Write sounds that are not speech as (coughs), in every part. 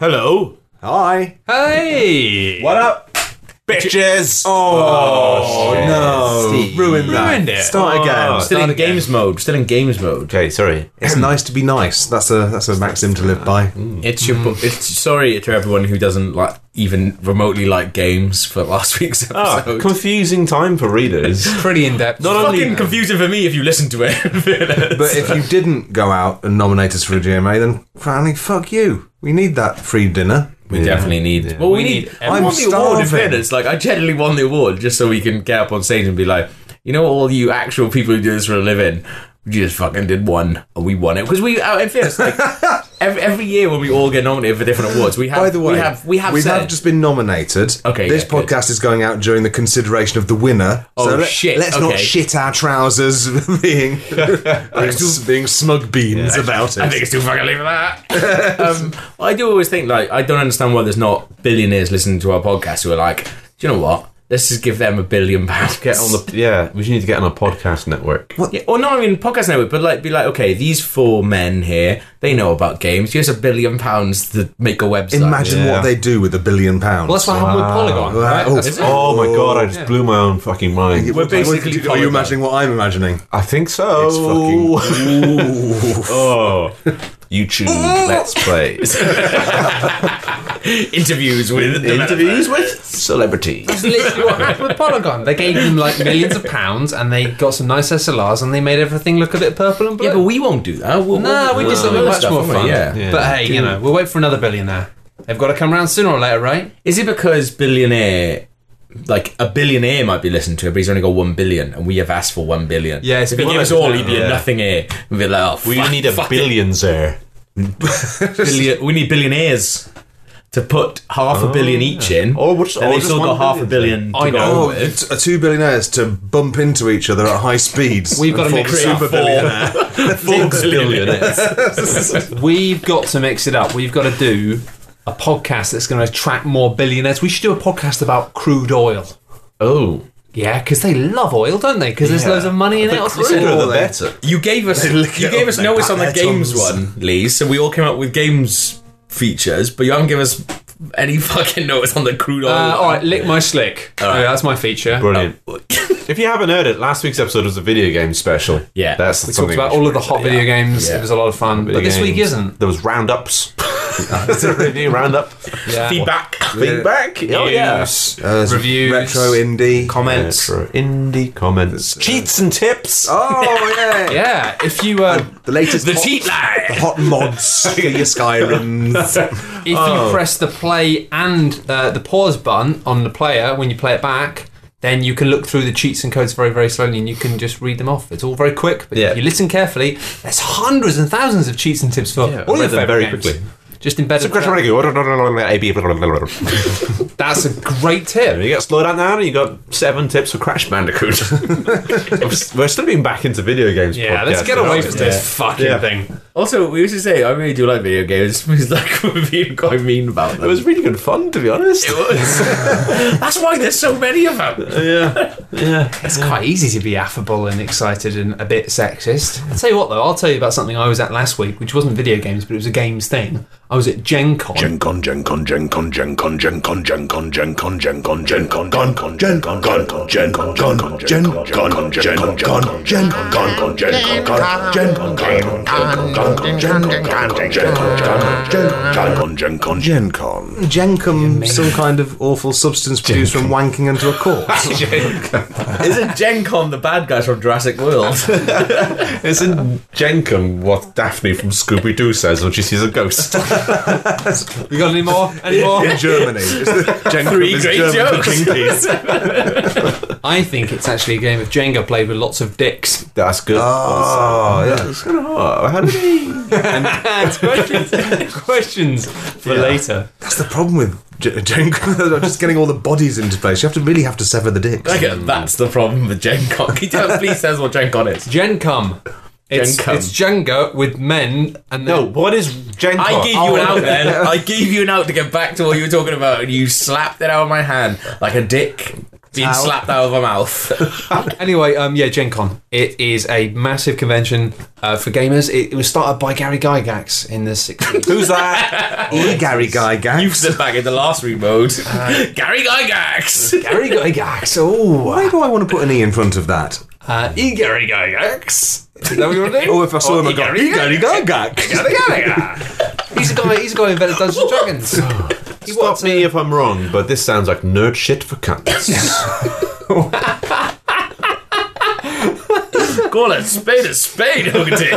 Hello. Hi. Hey. What up? Bitches. Oh, shit. no. Steve. Ruined that. Ruined it. Start Oh, again. start Still in again. games mode. Still in games mode. Okay, sorry. (clears throat) It's nice to be nice. That's a that's a maxim to live by. Mm. It's your. bu- It's sorry to everyone who doesn't like even remotely like games for last (laughs) week's Ah, episode. confusing time for (laughs) readers. Pretty in depth. Not only- Fucking (laughs) confusing for me if you listen to it. (laughs) But if you didn't go out and nominate us for a GMA, then frankly, fuck you. We need that free dinner. we definitely need. Well, we, need. I I'm want the award in starving. fairness. Like I generally won the award just so we can get up on stage and be like, you know, all you actual people who do this for a living, we just fucking did one. and We won it because we. uh, In (laughs) fairness, like every, every year when we all get nominated for different awards, we have. By the way, we have. We have. we said, have just been nominated. Okay, this yeah, good. podcast is going out during the consideration of the winner. Oh, so shit, Let's not okay. shit our trousers (laughs) (laughs) being being, s- being smug beans about it. I think it's too fucking late for that. (laughs) um, I do always think like I don't understand why there's not billionaires listening to our podcast who are like, do you know what? Let's just give them a billion pounds. Get on (laughs) the yeah. We just need to get on a podcast network. Yeah, or not even podcast network, but like be like, okay, these four men here, they know about games. Here's a billion pounds to make a website. Imagine Yeah. what they do with a billion pounds. well, that's what happened with Polygon. Wow. Right? Oh, That's- Oh my god! I just blew my own fucking mind. We're basically Are you Polygon. imagining what I'm imagining? I think so. It's oh, (laughs) YouTube. Let's (laughs) play interviews with interviews with celebrities. That's literally what happened with Polygon. They gave them like millions of pounds and they got some nice SLRs and they made everything look a bit purple and blue. Yeah, but we won't do that. We'll, no, we'll- we did we'll- something we'll much stuff, more won't we? fun. Yeah. But hey, you know, we'll wait for another billionaire. They've got to come around sooner or later, right? Is it because billionaire, like a billionaire might be listening to it, but he's only got one billion, and we have asked for one billion? Yeah, it's if a he bit gave us like- all, he'd be a yeah. nothing here. We'd be like, oh, We fuck, need a fuck billionaire. it. Billion- we need billionaires to put half a billion each in, Ah. Or what's- and or they've just still got one half a billion. billion. To I go know. Oh, with. t- uh, two billionaires to bump into each other at high (laughs) speeds. We've got and to form mix a it up. super billionaire. Four billionaires. We've got to mix it up. We've got to do a podcast that's going to attract more billionaires. We should do a podcast about crude oil. oh, Yeah, because they love oil, don't they? Because there's Yeah. loads of money in it. Or Sooner something. the better. you gave us lick you it gave up us their notice on the buttons. games one, Lee. So we all came up with games features, but you haven't given us any fucking notice on the crude oil. Oh, Uh, all right, lick my slick. Yeah, that's my feature. Brilliant. if you haven't heard it, last week's episode was a video game special. Yeah. that's We talked something about we all should of the hot video games. It was a lot of fun, but Video this week games. isn't. There was roundups. That's a review roundup. Yeah. feedback. Feedback. Oh yeah. News, Uh, some Reviews. retro indie. Comments. Retro indie comments. Cheats and tips. oh (laughs) yeah. Yeah, if you uh, the latest The hot, cheat lie. hot (laughs) mods for your Skyrims. if Oh. you press the play and uh, the pause button on the player when you play it back, then you can look through the cheats and codes very very slowly, and you can just read them off. It's all very quick, but Yeah. if you listen carefully, there's hundreds and thousands of cheats and tips for Yeah, I all read your them favorite very games. quickly. Just embedded. (laughs) You That's a great (laughs) tip. got slow down now, and you got seven tips for Crash (laughs) Bandicoot. We're still being back into video games. Yeah, let's podcast get now, away aren't from we? this fucking Yeah. thing. Also, we used to say I really do like video games. (laughs) It's like we're being quite mean about them. It was really good fun, to be honest. That's why there's so many of (laughs) them. (laughs) yeah, yeah. It's quite easy to be affable and excited and a bit sexist. I'll tell you what though, I'll tell you about something I was at last week, which wasn't video games, but it was a games thing. I was at Gen Con. Gencon, Gencon, Gencon, Gencon, Gencon, Gencon, Gencon, Gencon, Gencon, Gencon, Gencon, Gencon, Gencon, Gencon, Gencon, Gencon, Gencon, Gencon, Gencon, Gencon, Gencon, Gencon, Gencon, Gencon, Gencon, Gencon, Gencon, Gencon, Gencon, Gen Con. Gencom, some kind of awful substance produced from wanking into a (laughs) corpse. Isn't Gen Con the bad guys from Jurassic (laughs) World? Isn't Jenkum what Daphne from Scooby Doo says when she sees (laughs) a ghost? You got any more? Any more? in Germany. It's (laughs) the- Gen Con Three is great German for jokes. jinkies. I think it's actually a game of Jenga played with lots of dicks. (laughs) That's good. Oh, yeah. It's kind of hard. How did he? questions, (laughs) questions for later. That's the problem with Gen- Gen Con. (laughs) They're just getting all the bodies into place. You have to really have to sever the dicks. Okay, that's the problem with Gen Con. Can you tell- please tell us what Gen Con is? Gen cum. It's, Gen cum. it's Jenga with men and No, then what is Jenkum? I gave you an out then. I gave you an out to get back to what you were talking about, and you slapped it out of my hand like a dick. being slapped out of her mouth. (laughs) Anyway, um, yeah, Gen Con. It is a massive convention uh, for gamers. It, it was started by Gary Gygax in the (laughs) 60s. Who's that? e Gary Guy Gang. You've slipped back into last mode. (laughs) Gary Gygax! Gary Gygax, oh. Why do I want to put an E in front of that? Uh, e Gary Gygax. Is that what you want to do? Oh, if I saw him, I got E Gary Guy Gang. He's a guy. He's a guy who invented Dungeons and Dragons. He Stop wants me me. if I'm wrong, but this sounds like nerd shit for cunts. Call it spade a spade, (laughs) Hogarty.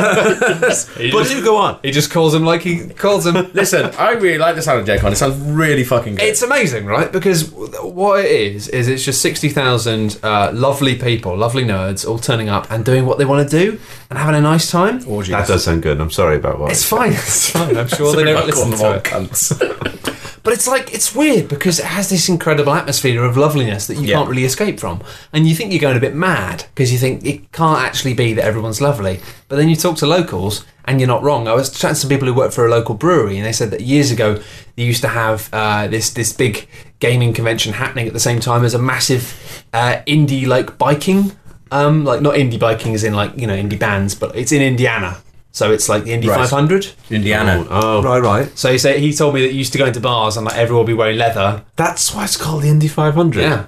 but (laughs) do go on. He just calls him like he calls him. Listen, I really like the sound of Gen Con. It sounds really fucking good. It's amazing, right? Because what it is is it's just sixty thousand uh, lovely people, lovely nerds, all turning up and doing what they want to do and having a nice time. Orgies. That does sound good. I'm sorry about what. It's fine. It's fine. I'm sure they Sorry don't about listen calling to it. them all cunts. But it's like it's weird because it has this incredible atmosphere of loveliness that you Yeah. can't really escape from, and you think you're going a bit mad because you think it can't actually be that everyone's lovely. But then you talk to locals, and you're not wrong. I was chatting to some people who work for a local brewery, and they said that years ago they used to have uh, this this big gaming convention happening at the same time as a massive uh, indie like biking, um, like not indie biking as in like you know indie bands, but it's in Indiana, so it's like the Indy 500. Indiana. oh, Right, right. So he said he told me that you used to go into bars and like everyone would be wearing leather. that's why it's called the Indy 500. Yeah.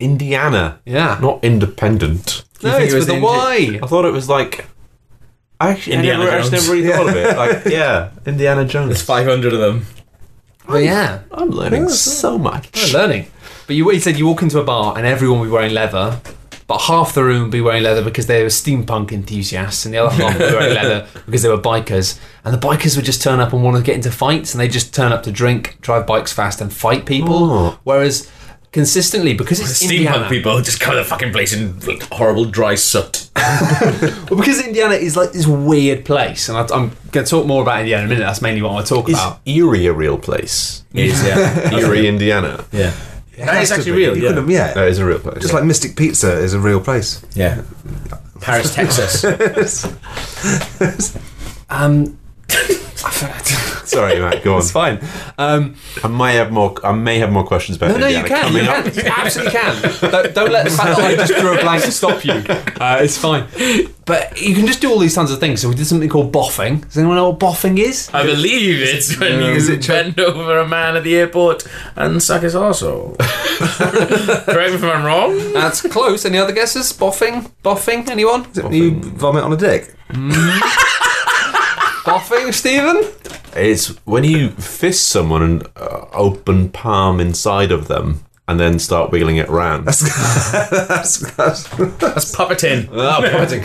Indiana, Yeah. not independent. no, think it's it with was a in- Y. I thought it was like. I actually, I Indiana never, I actually Jones. never really thought of it. Like, (laughs) yeah, Indiana Jones. There's 500 of them. But Oh, yeah, I'm learning so I'm much. Oh, learning. But you, he said you walk into a bar and everyone will be wearing leather, but half the room will be wearing leather because they were steampunk enthusiasts, and the other half will be (laughs) wearing leather because they were bikers. And the bikers would just turn up and want to get into fights, and they just turn up to drink, drive bikes fast, and fight people. Oh. Whereas consistently, because it's Indiana, Steampunk people just come to the fucking place in like, horrible dry soot. Well, because Indiana is like this weird place, and I, I'm going to talk more about Indiana in a minute. That's mainly what I want to talk Is about. Erie a real place? Is, yeah. Erie, Indiana. yeah. That Has is to actually be. real. You Yeah. couldn't- yeah. That is a real place. Just yeah. like Mystic Pizza is a real place. yeah. Paris, Texas. Um, (laughs) I forgot. sorry, (laughs) Matt. Go on. it's fine. Um, I may have more. I may have more questions about no, no, you Indiana can. You coming can. up. You absolutely can. (laughs) Don't, don't let the fact that I just drew a blank stop you. (laughs) Uh, it's fine. But you can just do all these tons of things. So we did something called boffing. Does anyone know what boffing is? I believe it's when you bend over a man at the airport and suck his arsehole. Correct me if I'm wrong. That's close. Any other guesses? Boffing? Boffing? Anyone? You vomit on a (laughs) dick. Boffing, Stephen? It's when you fist someone and uh, open palm inside of them, and then start wiggling it round. That's, that's That's puppeting. oh, poetic.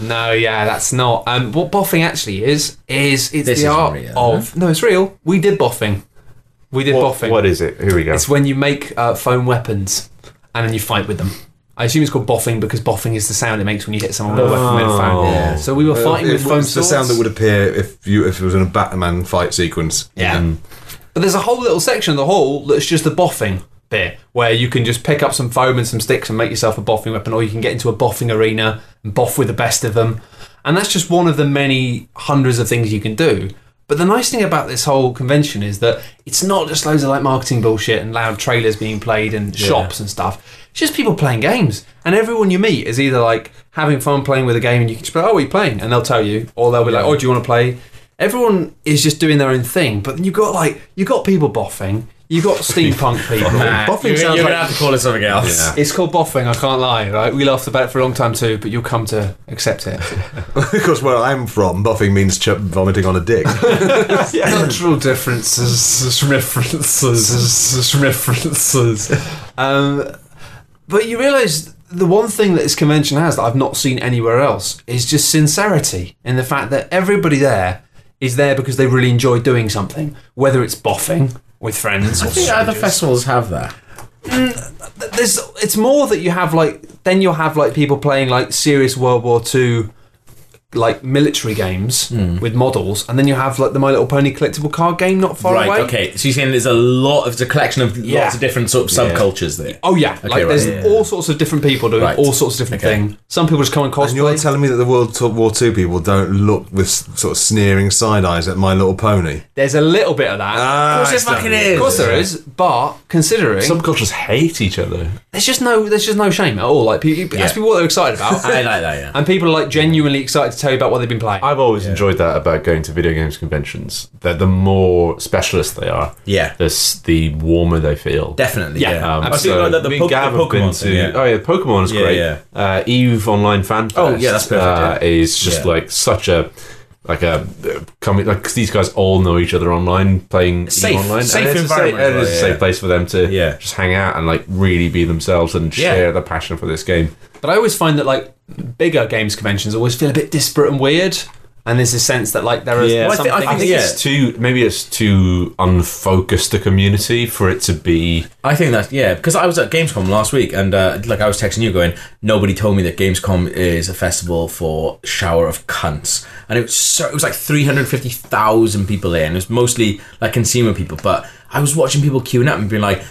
No, yeah, that's not. Um, what boffing actually is is it's This the isn't art real, of. No, it's real. We did boffing. We did What- boffing. what is it? Here we go. It's when you make uh, foam weapons and then you fight with them. I assume it's called boffing because boffing is the sound it makes when you hit someone with a weapon with a foam. Yeah. So we were fighting Oh. it with foam was the swords. sound that would appear if you if it was in a Batman fight sequence. Um, yeah. (laughs) Um, But there's a whole little section of the hall that's just the boffing bit where you can just pick up some foam and some sticks and make yourself a boffing weapon, or you can get into a boffing arena and boff with the best of them. And that's just one of the many hundreds of things you can do. But the nice thing about this whole convention is that it's not just loads of like marketing bullshit and loud trailers being played and shops and stuff. It's just people playing games. And everyone you meet is either like having fun playing with a game and you can just be like, oh, what are you playing? And they'll tell you. Or they'll be like, oh, do you want to play? Everyone is just doing their own thing. But then you've got like, you've got people boffing. You've got (laughs) steampunk people. boffing you're sounds you're like... gonna have to call it something else. Yeah. It's called boffing, I can't lie, right? We laughed about it for a long time too, but you'll come to accept (laughs) it. because where I'm from, buffing means ch- vomiting on a dick. Cultural differences, references, references. Um, but you realise the one thing that this convention has that I've not seen anywhere else is just sincerity in the fact that everybody there is there because they really enjoy doing something, whether it's boffing with friends or other festivals have that. there's it's more that you have like then you'll have like people playing like serious World War Two like military games Hmm. with models, and then you have like the My Little Pony collectible card game not far Right. away. Okay. So you're saying there's a lot. It's a collection of Yeah. lots of different sort of subcultures there. Oh yeah, like right. there's Yeah. all sorts of different people doing Right. all sorts of different Okay. things. Some people just come and And you're cosplay. telling me that the World Tu- War II people don't look with s- sort of sneering side eyes at My Little Pony? there's a little bit of that. Ah, Of course it it's done. fucking is. of course there is, but considering Subcultures hate each other. there's just no there's just no shame at all. Like people ask people what they're excited about, (laughs) I like that. Yeah. and people are like genuinely excited to tell you about what they've been playing. I've always enjoyed that about going to video games conventions. That the more specialist they are, Yeah. the s- the warmer they feel. Definitely. Yeah. Yeah. Um, I've seen, like, the- the me and Poke- the Gav have been Pokemon thing, to- yeah. Oh yeah, Pokemon is Yeah, great. yeah. Uh, Eve Online Fan Fest. Oh, yeah, that's perfect, Uh, Is just Yeah. like such a like a uh, coming like 'cause these guys all know each other online playing Eve Safe- online. safe and it's A environment, safe, and it's a right, safe yeah. place for them to Yeah. just hang out and like really be themselves and Yeah. share their passion for this game. But I always find that like bigger games conventions always feel a bit disparate and weird, and there's this sense that like there is Yeah. Well, something. I I think yeah. it's too maybe it's too unfocused a community for it to be I think that's yeah, because I was at Gamescom last week, and uh, like I was texting you, going, nobody told me that Gamescom is a festival for shower of cunts, and it was so it was like three hundred fifty thousand people there, and it was mostly like consumer people, but I was watching people queuing up and being like.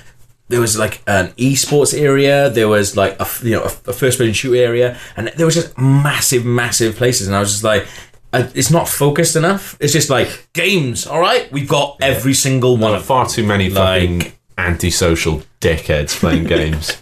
There was like an esports area. There was like a f- you know a, a first person shoot area, and there was just massive, massive places. And I was just like, uh, it's not focused enough. It's just like games. All right, we've got every single one of them. far too many Like- fucking antisocial dickheads playing games.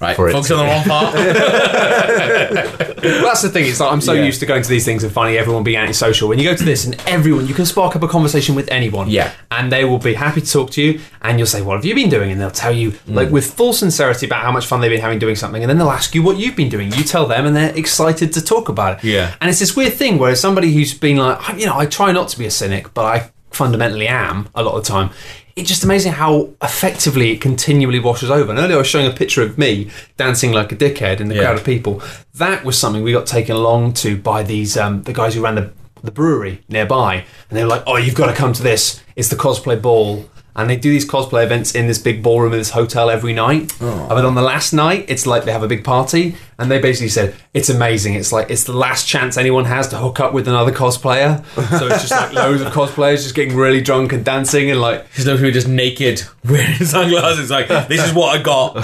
Right, for it focus to- on the wrong part. (laughs) Well, that's the thing. It's like I'm so used to going to these things and finding everyone being antisocial. When you go to this and everyone, you can spark up a conversation with anyone. Yeah. and they will be happy to talk to you. And you'll say, "What have you been doing?" And they'll tell you like with full sincerity about how much fun they've been having doing something. And then they'll ask you what you've been doing. You tell them, and they're excited to talk about it. Yeah. and it's this weird thing where as somebody who's been like, I- you know, I try not to be a cynic, but I fundamentally am a lot of the time. It's just amazing how effectively it continually washes over. And earlier I was showing a picture of me dancing like a dickhead in the crowd of people. That was something we got taken along to by these um, the guys who ran the the brewery nearby, and they were like, "Oh, you've got to come to this. It's the cosplay ball." And they do these cosplay events in this big ballroom of this hotel every night. But on the last night, it's like they have a big party, and they basically said it's amazing. It's like it's the last chance anyone has to hook up with another cosplayer. So it's just like loads of cosplayers just getting really drunk and dancing and like Just look at me just naked wearing (laughs) sunglasses. Like, this is what I (laughs) got.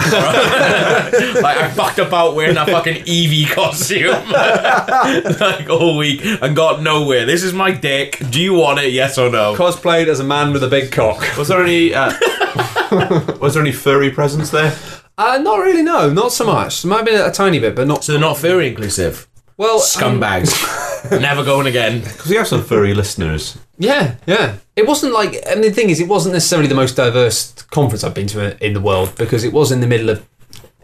like, I fucked about wearing that fucking Eevee costume (laughs) like all week and got nowhere. This is my dick. Do you want it? Yes or no? cosplayed as a man with a big cock. Was there any uh, (laughs) Was there any furry presence there? Uh, not really. No, not so much. Might have been a tiny bit, but not So they're not very inclusive. well. um, Scumbags. Never going again. Because we have some furry listeners. Yeah, yeah. It wasn't like, I mean, the thing is, it wasn't necessarily the most diverse conference I've been to in the world because it was in the middle of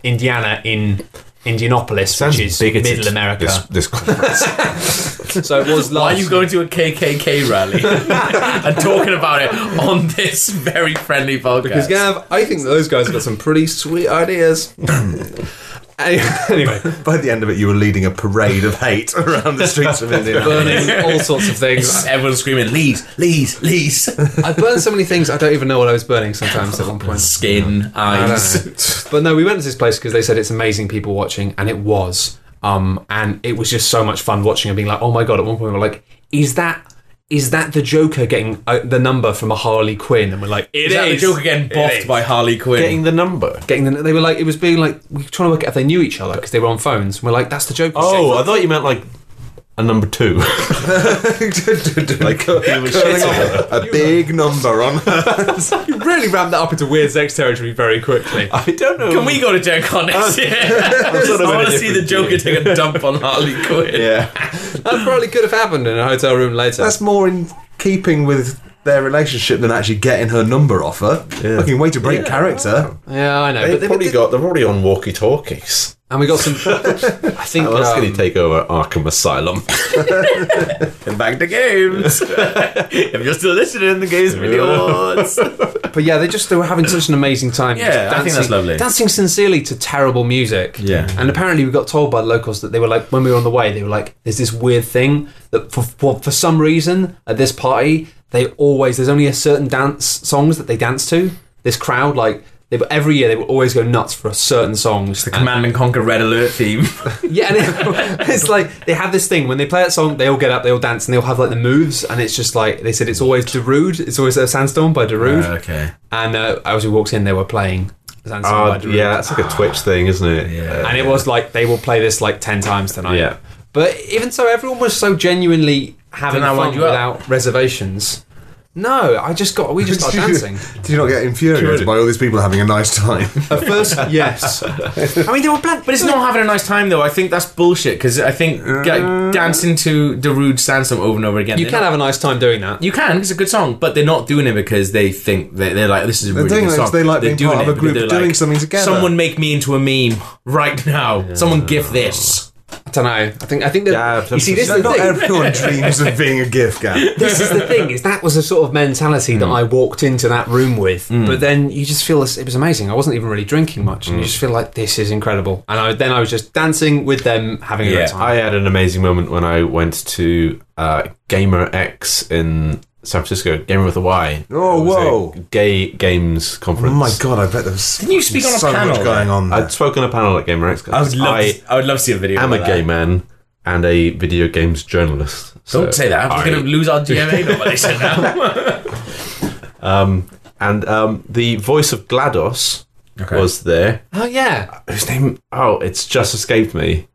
Indiana in Indianapolis, which is middle America. This, this conference. (laughs) So it was Why are large. you going to a KKK (laughs) rally and talking about it on this very friendly podcast? Because Gav, I think those guys have got some pretty sweet ideas. (laughs) anyway, By the end of it, you were leading a parade of hate (laughs) around the streets of Indianapolis. burning all sorts of things. Everyone's screaming, leads, leads, leads. (laughs) (laughs) I burned so many things I don't even know what I was burning sometimes at one point. Skin, I eyes. don't know. but no, we went to this place because they said it's amazing people watching, and it was. Um, and it was just so much fun watching and being like, oh my god! At one point, we we're like, is that is that the Joker getting uh, the number from a Harley Quinn? And we're like, it is. Is that the Joker getting boffed by Harley Quinn? Getting the number. Getting the, they were like, it was being like, we we're trying to work out if they knew each other because they were on phones. We're like, that's the Joker. Oh, I thought you meant like a number two. (laughs) like, curling up a big number on you really ramped that up into weird sex territory very quickly. I don't (laughs) know. Can we go to Gen Con next year? sort of I in a want to see the different Joker take a dump on Harley Quinn. Yeah. that probably could have happened in a hotel room later. That's more in keeping with their relationship than actually getting her number off her. Fucking way to break character. yeah, I know. They've but they- probably got. They're already on walkie talkies. and we got some. (laughs) I think. Well, that's um, going to take over Arkham Asylum. And back to games. (laughs) if you're still listening, the games with yours. But yeah, they just they were having such an amazing time. Yeah, just I think that's lovely. Dancing sincerely to terrible music. Yeah. And apparently we got told by the locals that they were like, when we were on the way, they were like, there's this weird thing that for for, for some reason at this party they always there's only a certain dance songs that they dance to. This crowd like. they- They, were- every year they would always go nuts for certain songs. And- Command and Conquer Red Alert theme. yeah, and it- (laughs) it's like they have this thing when they play that song, they all get up, they all dance, and they all have like the moves, and it's just like they said, it's always Darude, it's always a Sandstorm by Darude, okay. and uh, as we walked in, they were playing Sandstorm by Ah, Darude, yeah, that's like a Twitch thing, isn't it? Yeah. and it was like they will play this like ten times tonight. Yeah. but even so, everyone was so genuinely having Didn't I fun wind you up? without reservations. No, I just got (laughs) we just started dancing. Did you not get infuriated by all these people having a nice time? At first, yes. I mean, they were bland, But it's not having a nice time though. I think that's bullshit because I think like, dancing to Darude Sandstorm over and over again. You they're can not- have a nice time doing that. You can. It's a good song, but they're not doing it because they think they, they're like this is a really doing it good song. because they like They're being part of doing a it because group they're doing something together. Someone make me into a meme right now. Someone gif this. I don't know. I think I think that Yeah, you see, this is the not thing. everyone dreams of being a gift guy. this is the thing is that was the sort of mentality that I walked into that room with. But then you just feel this, it was amazing. I wasn't even really drinking much, and you just feel like this is incredible. And I, then I was just dancing with them, having a Yeah, great time. I had an amazing moment when I went to uh, Gamer X in San Francisco, Gamer with a Y. Oh, It was a whoa. Gay games Oh conference. my god, I bet there's Didn't you speak on a so panel, much going on there. I'd spoken a panel at Gamer X. guys. I would love. I to, I would love to see a video. am a about gay that. man and a video games journalist. So Don't say that. I- We're going to lose our GMA (laughs) nomination now. Um, and um, the voice of GLaDOS was there. oh yeah, Whose name? Oh, it's just escaped me.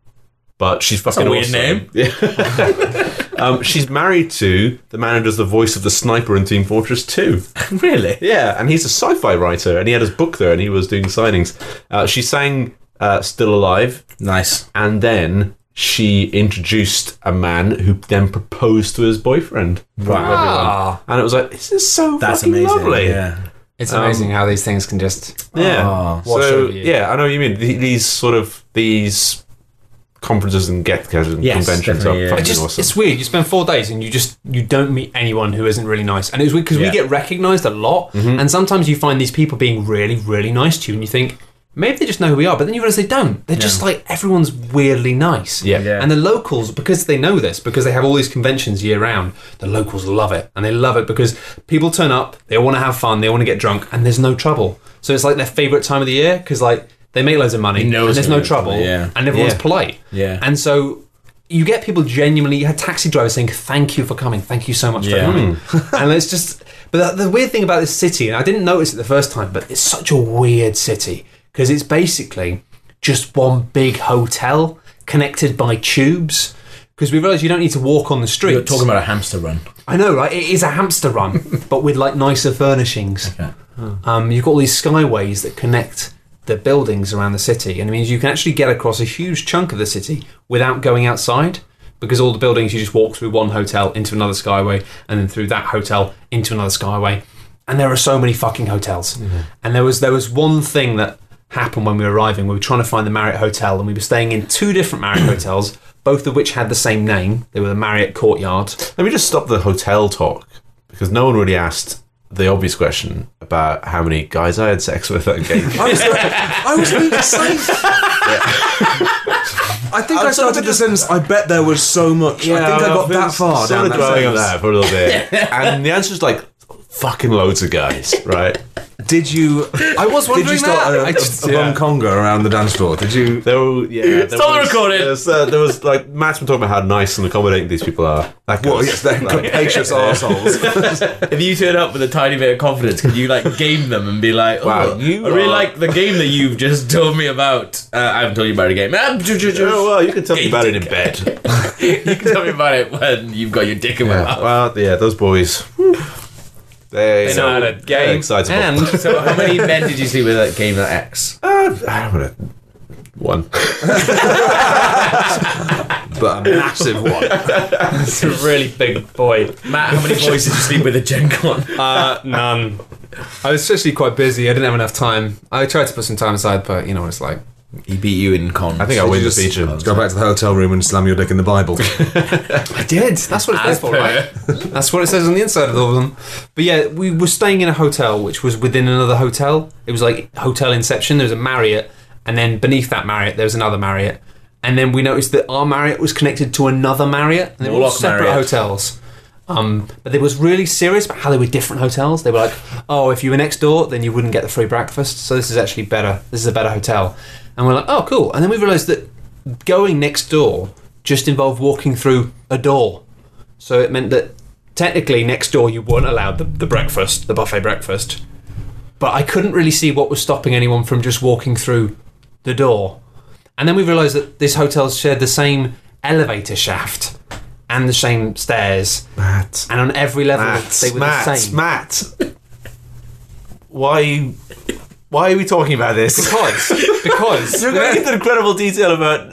But she's fucking a weird awesome. name. (laughs) Yeah. (laughs) um, she's married to the man who does the voice of the sniper in Team Fortress 2. really? Yeah, and he's a sci-fi writer, and he had his book there, and he was doing signings. Uh, she sang uh, "Still Alive," Nice. and then she introduced a man who then proposed to his boyfriend. ah, And it was like, this is so That's fucking amazing. lovely. Yeah. Oh, it's amazing how these things can just. Yeah. Wash so over you. yeah, I know what you mean. Th- These sort of these conferences and get-togethers and Yes, conventions are definitely, yeah. fucking It just, awesome. It's weird. You spend four days and you just you don't meet anyone who isn't really nice, and it was weird because Yeah. Mm-hmm. we get recognised a lot, and sometimes you find these people being really, really nice to you, and you think maybe they just know who we are, but then you realise they don't. They're just like everyone's weirdly nice. Yeah. Yeah. And the locals, because they know this, because they have all these conventions year round, the locals love it, and they love it because people turn up, they want to have fun, they want to get drunk, and there's no trouble. So it's like their favourite time of the year because like they make loads of money, know and it's there's gonna no be trouble, trouble, yeah. and everyone's Yeah. polite. Yeah. And so you get people genuinely, you had taxi drivers saying, thank you for coming, thank you so much Yeah. Hmm. for coming. (laughs) and it's just, but the, the weird thing about this city, and I didn't notice it the first time, but it's such a weird city because it's basically just one big hotel connected by tubes. Because we realise you don't need to walk on the streets. You're talking about a hamster run. I know, right? It is a hamster run, but with like nicer furnishings. Um, you've got all these skyways that connect the buildings around the city, and it means you can actually get across a huge chunk of the city without going outside because all the buildings you just walk through one hotel into another skyway, and then through that hotel into another skyway. And there are so many fucking hotels. And there was there was one thing that happened when we were arriving. We were trying to find the Marriott Hotel, and we were staying in two different Marriott hotels, both of which had the same name. They were the Marriott Courtyard. Let me just stop the hotel talk because no one really asked the obvious question about how many guys I had sex with at (laughs) games. I was, I was (laughs) being safe. I think i I'm sort of started the just- sentence. I bet there was so much. I think I got I've been that far sort down of that dwelling on sentence. that for a little (laughs) bit, and the answer is like fucking loads of guys, right? Did you? I was Did you wondering start that. a- I a- just- a yeah. bum conga around the dance floor? Did you? There (laughs) were, yeah. There Stop the was- recording. There was, uh, there was, like Matt's been talking about how nice and accommodating these people are. That Well, goes, yes, they're (laughs) like, capacious arseholes. If you turn up with a tiny bit of confidence, can you like game them and be like, oh, Wow, you I really are- like the game that you've just told me about. Uh, I haven't told you about a game. Ah, ju- ju- ju- Oh, well, you can tell me about it in bed. (laughs) you can tell me about it when you've got your dick in my mouth. (laughs) well, yeah, those boys. They, know how to game. excitable. (laughs) And So how many men did you see with that game at X? (laughs) Uh, I (laughs) don't know. One. but a massive one. it's a really big boy. Matt, how many boys did you sleep with at Gen Con? Uh, none. I was actually quite busy. I didn't have enough time. I tried to put some time aside, but you know what it's like. He beat you in con. I think I Did win you the just feature. Go back to the hotel room and slam your dick in the Bible. I did. That's what it's there As for, per- right? That's what it says on the inside of all of them. But yeah, we were staying in a hotel which was within another hotel. It was like Hotel Inception. There was a Marriott, and then beneath that Marriott, there was another Marriott. And then we noticed that our Marriott was connected to another Marriott, and they were all Warlock separate Marriott. hotels. Um, but they was really serious about how they were different hotels. They were like, oh, if you were next door, then you wouldn't get the free breakfast. So this is actually better. This is a better hotel. And we're like, oh, cool. And then we realised that going next door just involved walking through a door. So it meant that technically next door you weren't allowed the, the breakfast, the buffet breakfast. But I couldn't really see what was stopping anyone from just walking through the door. And then we realised that this hotel shared the same elevator shaft and the same stairs. Matt. And on every level, Matt. they were Matt. the same. Matt. Why? Why are we talking about this? Because, because, (laughs) You're going into incredible detail about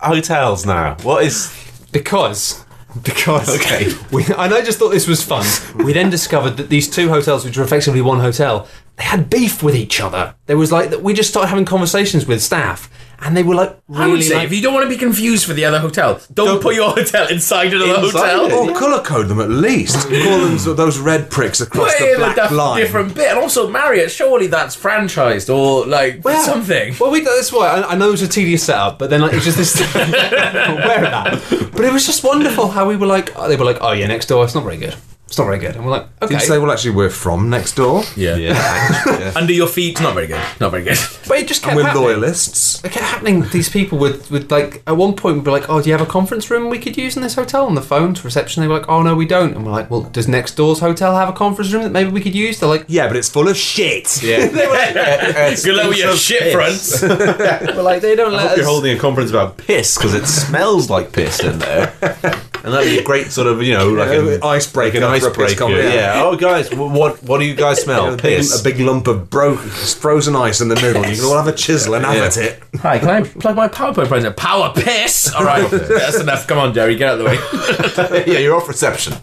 hotels now. What (laughs) is? because Because Oh, okay, we, (laughs) and I just thought this was fun. We then discovered that these two hotels, which were effectively one hotel, they had beef with each other. There was like that we just started having conversations with staff, and they were like really I would say like, if you don't want to be confused for the other hotel, don't, put your hotel inside another Inside hotel. it. Or Oh, colour code them at (laughs) least. Call them so- those red pricks across Put it the in a black def- line. different bit, and also Marriott. Surely that's franchised or like Yeah. something. Well, we, that's why I, I know it was a tedious setup, but then like it's just (laughs) this. where about? But it was just wonderful how we were like they were like, oh yeah, next door, it's not very good. It's not very good, and we're like, okay. You say, well, actually, we're from next door. Yeah. Under your feet, not very good. Not very (laughs) good. but it just kept We're happening. loyalists. It kept happening. These people would, would like at one point would be like, "Oh, do you have a conference room we could use in this hotel?" On the phone to reception, they were like, "Oh no, we don't." And we're like, "Well, does next door's hotel have a conference room that maybe we could use?" They're like, Yeah, but it's full of shit. (laughs) (laughs) Good luck with your shit fronts. "We're like they don't let you're us." holding a conference about piss because it smells like piss in (laughs) there, and that'd be a great sort of you know like an Icebreaker An for a piss icebreaker, conference. yeah. Oh, guys, wh- what what do you (laughs) guys smell? A big, piss. a big lump of bro- frozen ice in the middle. You can all have a chisel and have at Yeah. it. (laughs) Hi, can I plug my PowerPoint present? Power piss. All right, that's enough. Come on, Jerry, get out of the (laughs) way. yeah, you're off reception.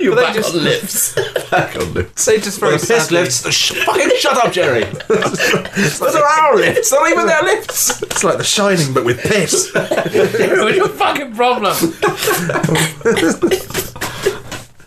You're they back just- on (laughs) lifts. Back on lifts. They just very the piss sadly- lifts. Sh- fucking shut up, Jerry. (laughs) Those are our lifts. Not even their lifts. It's like The Shining, but with (laughs) piss. What's your fucking problem?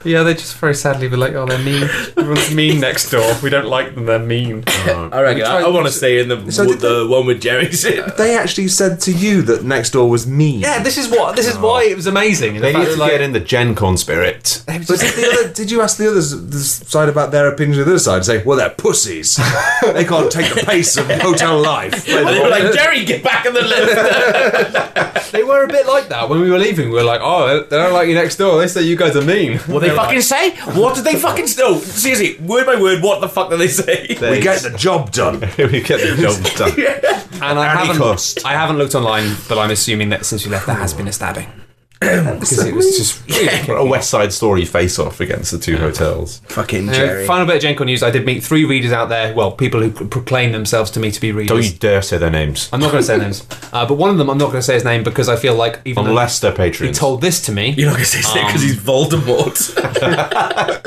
Yeah, they just very sadly be like, "Oh, they're mean. (laughs) Everyone's mean next door. We don't like them. They're mean." I reckon. I, tried- I want to stay in the So did the one with Jerry's in. they actually said to you that next door was mean. Yeah, this is what this is why it was amazing. The They fact need to that, like, get in the Gen Con spirit. they were But just- did, the other, did you ask the other side about their opinions of the other side? Say, well, they're pussies. they can't take the pace of (laughs) hotel life. And they were (laughs) like, Jerry, get back in the lift. they were a bit like that when we were leaving. We were like, "Oh, they don't like you next door. They say you guys are mean." What they fucking say? What did they fucking No, seriously, word by word, what the fuck did they say? we get the job done. (laughs) we get the (laughs) job done. And I haven't, cost. I haven't looked online, but I'm assuming that since you left, there has been a stabbing. because it was just a West Side Story face-off against the two hotels. Fucking Uh, Jerry. final bit of GenCon news. I did meet three readers out there. Well, people who c- proclaim themselves to me to be readers. Don't Oh, you dare say their names, I'm not going to say (laughs) names, uh, but one of them I'm not going to say his name because I feel like even though unless they're he patrons. told this to me You're not gonna say shit because he's (laughs) Voldemort.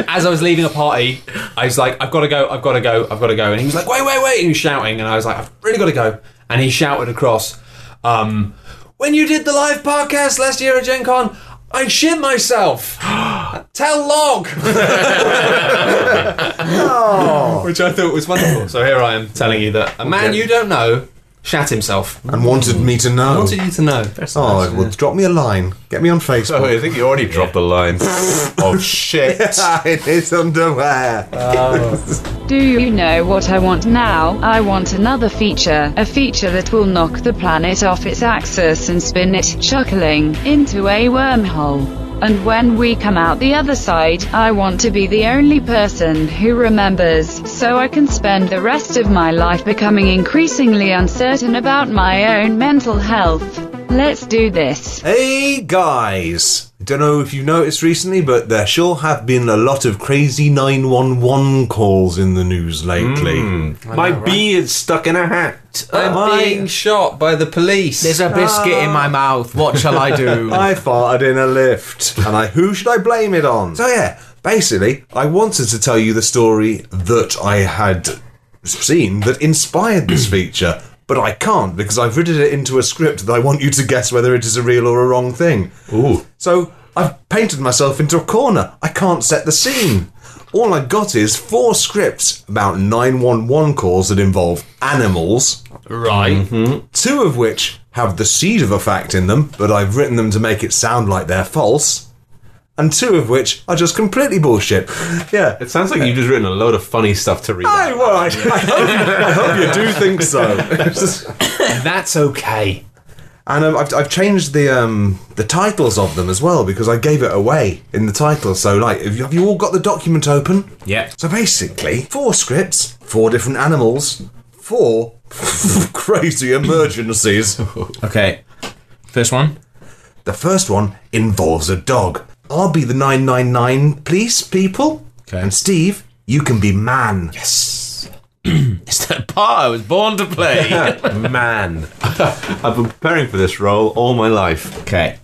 as I was leaving a party. I was like, "I've got to go! I've got to go! I've got to go!" And he was like, "Wait, wait, wait!" And he was shouting, and I was like, "I've really got to go!" And he shouted across, um, "When you did the live podcast last year at Gen Con, I shit (gasps) myself. Tell (laughs) log." which I thought was wonderful. So here I am telling you that a man you don't know shat himself. I And wanted me to know. wanted you to know. oh, well, drop me a line. Get me on Facebook. Oh, I think you already dropped the (laughs) line. oh (laughs) shit! (laughs) In his underwear. Do you know what I want now? I want another feature, a feature that will knock the planet off its axis and spin it, chuckling, into a wormhole. And when we come out the other side, I want to be the only person who remembers, so I can spend the rest of my life becoming increasingly uncertain about my own mental health. Let's do this. Hey guys! I don't know if you've noticed recently, but there sure have been a lot of crazy 911 calls in the news lately. Hmm. My beard's stuck in a hat. I'm I- being shot by the police. a biscuit in my mouth. What shall I do? I farted in a lift, and I who should I blame it on? So yeah, basically, I wanted to tell you the story that I had seen that inspired this (clears throat) feature, but I can't because I've written it into a script that I want you to guess whether it is a real or a wrong thing. Ooh. So I've painted myself into a corner. I can't set the scene. All I got is four scripts about 911 calls that involve animals, right. two of which have the seed of a fact in them, but I've written them to make it sound like they're false, and two of which are just completely bullshit. (laughs) Yeah. It sounds like you've just written a load of funny stuff to read. I, out. well, I, I, hope, I hope you do think so. It's just- That's okay. and um, I've, I've changed the um, the titles of them as well because I gave it away in the title. So, like, have you, have you all got the document open? Yeah. So basically, four scripts, four different animals, four (laughs) crazy emergencies. Okay. First one. the first one involves a dog. I'll be the 999 police people. Okay. And Steve, you can be man. It's that part I was born to play. (laughs) Man, (laughs) I've been preparing for this role all my (laughs) life. okay.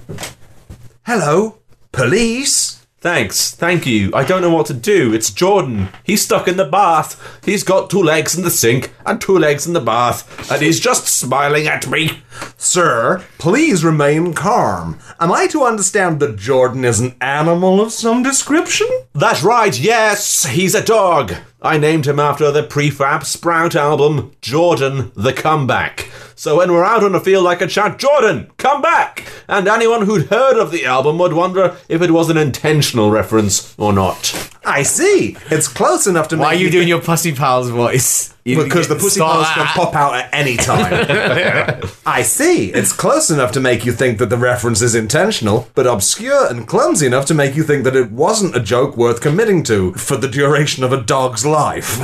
Hello, police. Thanks, thank you. I don't know what to do. It's Jordan. He's stuck in the bath. He's got two legs in the sink and two legs in the bath, and he's just smiling at me. Sir, please remain calm. Am I to understand that Jordan is an animal of some description? That's right, yes, he's a dog. I named him after the prefab sprout album, Jordan the Comeback. So when we're out on the field, I could shout, Jordan, come back! And anyone who'd heard of the album would wonder if it was an intentional reference or not. I see. It's close enough to Why are make you doing your pussy pals voice? You- because the pussy Stop balls can that. pop out at any time. I see. It's close enough to make you think that the reference is intentional, but obscure and clumsy enough to make you think that it wasn't a joke worth committing to for the duration of a dog's life.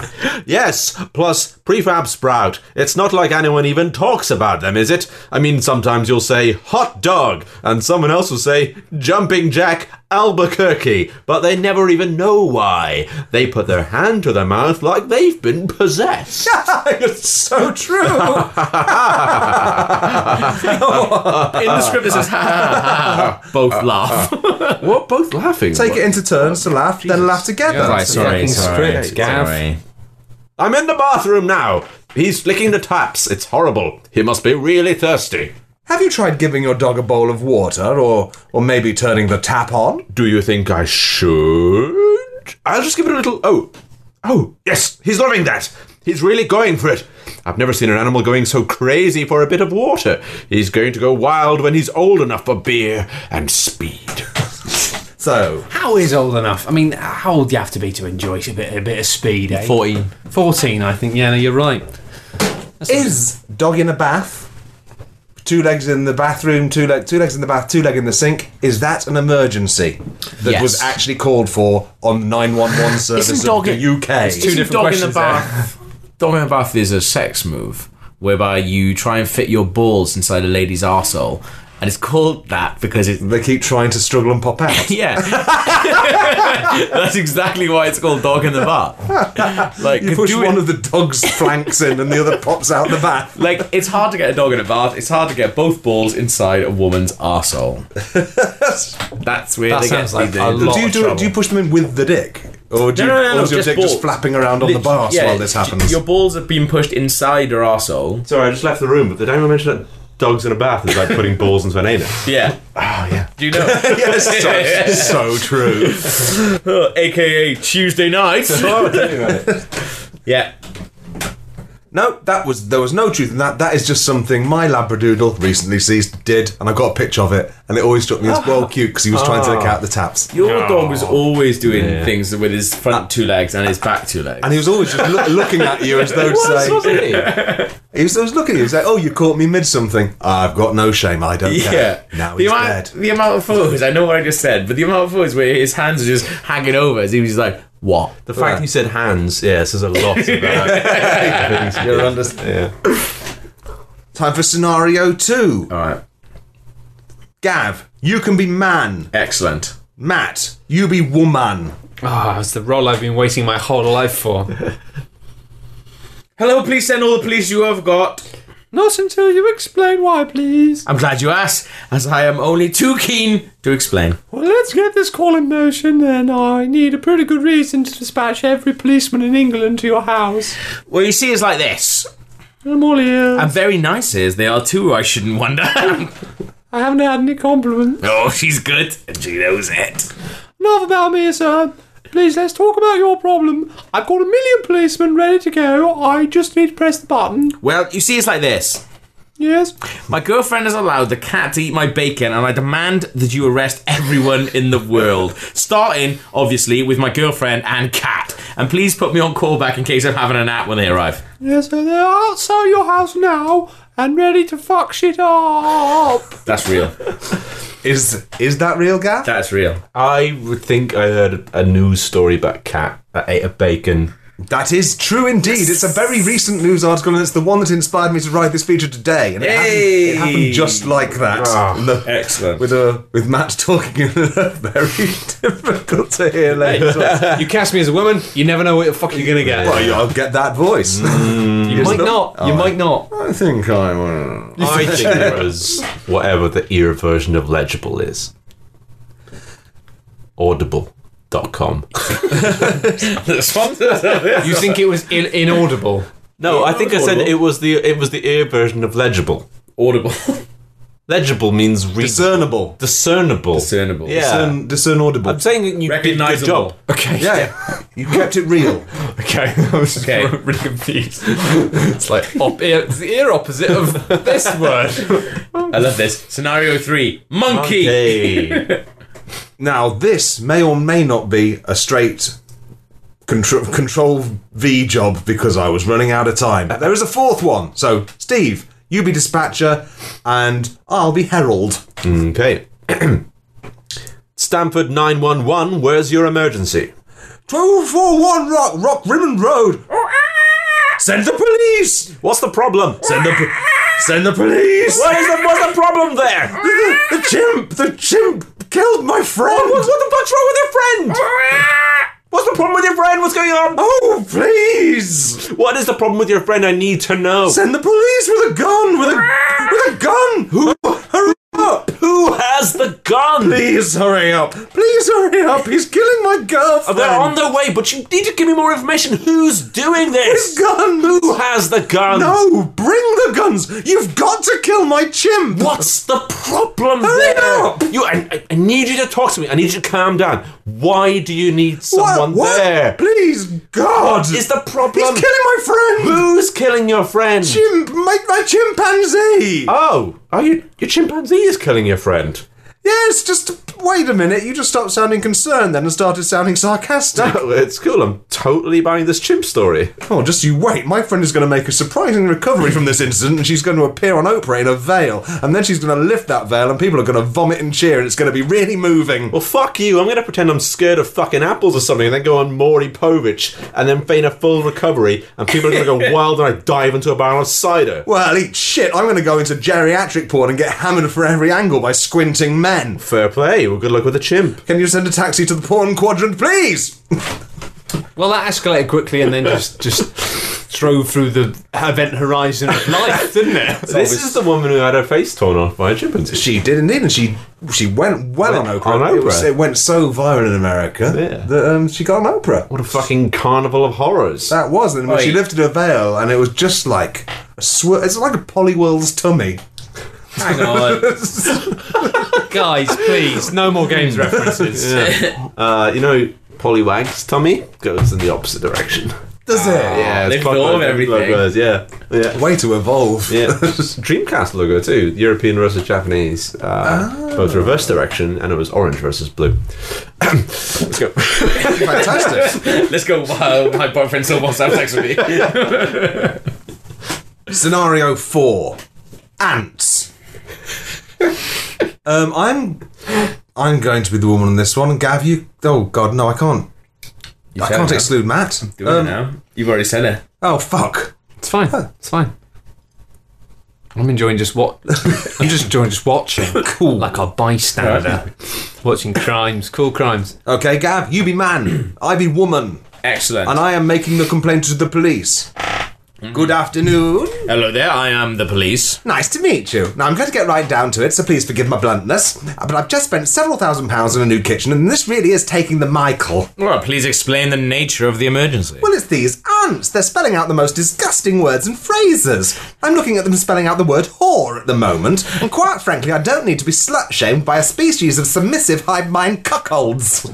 Yes, plus prefab sprout. It's not like anyone even talks about them, is it? I mean, sometimes you'll say hot dog, and someone else will say jumping jack Albuquerque, but they never even know why. They put their hand to their mouth like they've been possessed. (laughs) it's so true. In the script it (laughs) says, ha ha ha, ha. Both laugh. What? Both laughing? Take it into turns to laugh, then laugh together. right, sorry, fucking sorry, script, Gav. sorry. I'm in the bathroom now. He's flicking the taps. It's horrible. He must be really thirsty. Have you tried giving your dog a bowl of water, or or maybe turning the tap on? Do you think I should? I'll just give it a little. Oh, oh, yes, he's loving that. He's really going for it. I've never seen an animal going so crazy for a bit of water. He's going to go wild when he's old enough for beer and speed. So How is old enough? I mean, how old do you have to be to enjoy a bit a bit of speed? Eh? 14. 14, I think. Yeah, no, you're right. Is dog in a bath? Two legs in the bathroom, two leg, two legs in the bath, two leg in the sink. Is that an emergency that Yes. was actually called for on nine one one service Isn't of dog in- the UK? Isn't different dog in questions the bath. (laughs) Dog in the bath is a sex move whereby you try and fit your balls inside a lady's arsehole. And it's called that because it's. (laughs) they keep trying to struggle and pop out. Yeah. (laughs) That's exactly why it's called dog in the bath. (laughs) Like, You push do one it- of the (laughs) dog's flanks in, and the other pops out the bath. like it's hard to get a dog in a bath. It's hard to get both balls inside a (laughs) woman's arsehole. That's where That they sounds get like the, a the- lot Do you of do it, trouble. Do you push them in with the dick, or do you, No, no, no, no, or is your just dick ball. just flapping around on the bath Yeah, while this happens? (laughs) Your balls have been pushed inside your arsehole. Sorry, I just left the room, but did anyone mention that dogs in a bath is like putting balls into an anus? Yeah. Oh yeah. Do you know? Yes, so, (laughs) so true. AKA Tuesday nights. (laughs) yeah. No, that was there was no truth in that. That is just something my labradoodle recently seized did, and I got a picture of it, and it always struck me as Ah. well cute because he was trying to lick out the taps, Your dog was always doing things with his front two legs and his back two legs. and he was always just (laughs) loo- looking at you as though to say, (laughs) he was always looking at you, and say, "Oh, you caught me mid something. I've got no shame. I don't yeah. care." Now the he's amount, dead. The amount of photos, I know what I just said, but the amount of photos where his hands are just hanging over as he was like, what? The fact you said hands, yes, there's a lot (laughs) about You're understand. Time for scenario two. All right. Gav, you can be man. Excellent. Matt, you be woman. Ah, it's the role I've been waiting my whole life for. (laughs) Hello, please send all the police you have got. Not until you explain why, please. I'm glad you asked, as I am only too keen to explain. Well, let's get this call in motion then. I need a pretty good reason to dispatch every policeman in England to your house. Well, you see, it's like this. I'm all ears. I'm very nice as they are too, I shouldn't wonder. (laughs) I haven't had any compliments. oh, she's good, and she knows it. Enough about me, sir. Please, let's talk about your problem. I've got a million policemen ready to go. I just need to press the button. Well, you see, it's like this. Yes. My girlfriend has allowed the cat to eat my bacon, and I demand that you arrest everyone in the world. Starting, obviously, with my girlfriend and cat. And please put me on callback in case I'm having a nap when they arrive. Yes, and they're outside your house now and ready to fuck shit up. That's real. Is is that real, Gav? That's real. I would think I heard a news story about a cat that ate a (laughs) bacon. That is true indeed. It's a very recent news article, and it's the one that inspired me to write this feature today. And it, happened, Yay! it happened just like that. No. Excellent. With a with Matt talking (laughs) in a very difficult to hear later. (laughs) you cast me as a woman, you never know what the fuck you're gonna get. Well, I'll get that voice. you might not. You might not. (laughs) I think I'm. uh, I think it was whatever the ear version of legible is. Audible.com. You think it was in- inaudible? No, I think I said Audible. it was the it was the ear version of legible. Audible. Legible means read- Discernible. discernible. Discernible. Yeah. Discern, discern audible. I'm saying that you Recognisable. did a good job. Okay. yeah, (laughs) you kept it real. Okay. I was (laughs) just Okay. really confused. It's like op- ear, it's the ear opposite of this word. I love this. Scenario three Monkey. (laughs) Okay. Now, this may or may not be a straight control, control V job because I was running out of time. There is a fourth one. So, Steve, you be dispatcher, and I'll be herald. okay. (clears throat) Stamford 911, where's your emergency? 1241 Rock, Rock Ribbon Road. Send the police! What's the problem? Send the p- Send the police! What is the what's the problem there? The, the chimp! The chimp killed my friend! What, what the fuck's wrong with your friend? What's the problem with your friend? What's going on? Oh, please! What is the problem with your friend? I need to know. Send the police with a gun! With a, with a gun! Who? Hurry up! Who has the gun? Please hurry up! Please hurry up! He's killing my girlfriend! They're on their way, but you need to give me more information. Who's doing this? gun! Who has the gun? No! Bring the guns! You've got to kill my chimp! What's the problem Hurry there? up! You, I, I- I need you to talk to me. I need you to calm down. Why do you need someone what? there? Please, God! Is the He's problem? killing my friend! Who's killing your friend? Chimp! My, my chimpanzee! oh, are you? Your chimpanzee is killing your friend. (laughs) yes, just wait a minute. You just stopped sounding concerned then and started sounding sarcastic. (laughs) Oh, it's cool. I'm totally buying this chimp story. Oh, just you wait. My friend is going to make a surprising recovery from this incident, and she's going to appear on Oprah in a veil, and then she's going to lift that veil, and people are going to vomit and cheer, and it's going to be really moving. Well, fuck you. I'm gonna pretend I'm scared of fucking apples or something, and then go on Maury Povich, and then feign a full recovery, and people are (laughs) gonna go wild, and I dive into a barrel of cider. Well, eat shit. I'm going to go into geriatric porn and get hammered for every angle by squinting men. Fair play. Well, good luck with the chimp. Can you send a taxi to the porn quadrant, please? Well, that escalated quickly (laughs) and then just just drove through the event horizon of (laughs) life, didn't it? This is the woman who had her face torn off by a chimpanzee. She did indeed, and she she went well on Went Oprah. on It, was- Oprah. it went so viral in America Yeah. that um, she got on Oprah. What a fucking carnival of horrors. That was, and when she Wait. lifted her veil, and it was just like a swir- it's like a Polyworld's tummy. Hang on. (laughs) Guys, please, no more games references. Uh, you know, Pollywag's tummy goes in the opposite direction. Ah, Does it? Yeah, They clockwise, form everything. clockwise, Yeah, yeah. Way to evolve. Yeah, Dreamcast logo too. European versus Japanese, uh, both reverse direction, and it was orange versus blue. (coughs) Let's (laughs) go. (laughs) (laughs) Fantastic. Let's go. Wow, my boyfriend still wants to have sex with me. (laughs) Scenario four: ants. um, I'm I'm going to be the woman in this one. Gav, you? Oh God, no, I can't. I can can't now. exclude Matt. Um, Do it now. Um, You've already said it. Oh fuck. It's fine. It's fine. I'm enjoying just what I'm just enjoying just watching. Cool. Like a bystander. watching crimes, cool crimes. Okay, Gav, you be (clears throat) man. I be woman, Excellent. and I am making the complaint to the police. Good afternoon. Hello there. I am the police. Nice to meet you. Now, I'm going to get right down to it, so please forgive my bluntness. uh, But I've just spent several thousand pounds on a new kitchen, and this really is taking the Michael. Well, please explain the nature of the emergency. Well, it's these ants. They're spelling out the most disgusting words and phrases. I'm looking at them spelling out the word whore at the moment, and quite frankly, I don't need to be slut shamed by a species of submissive hive mind cuckolds.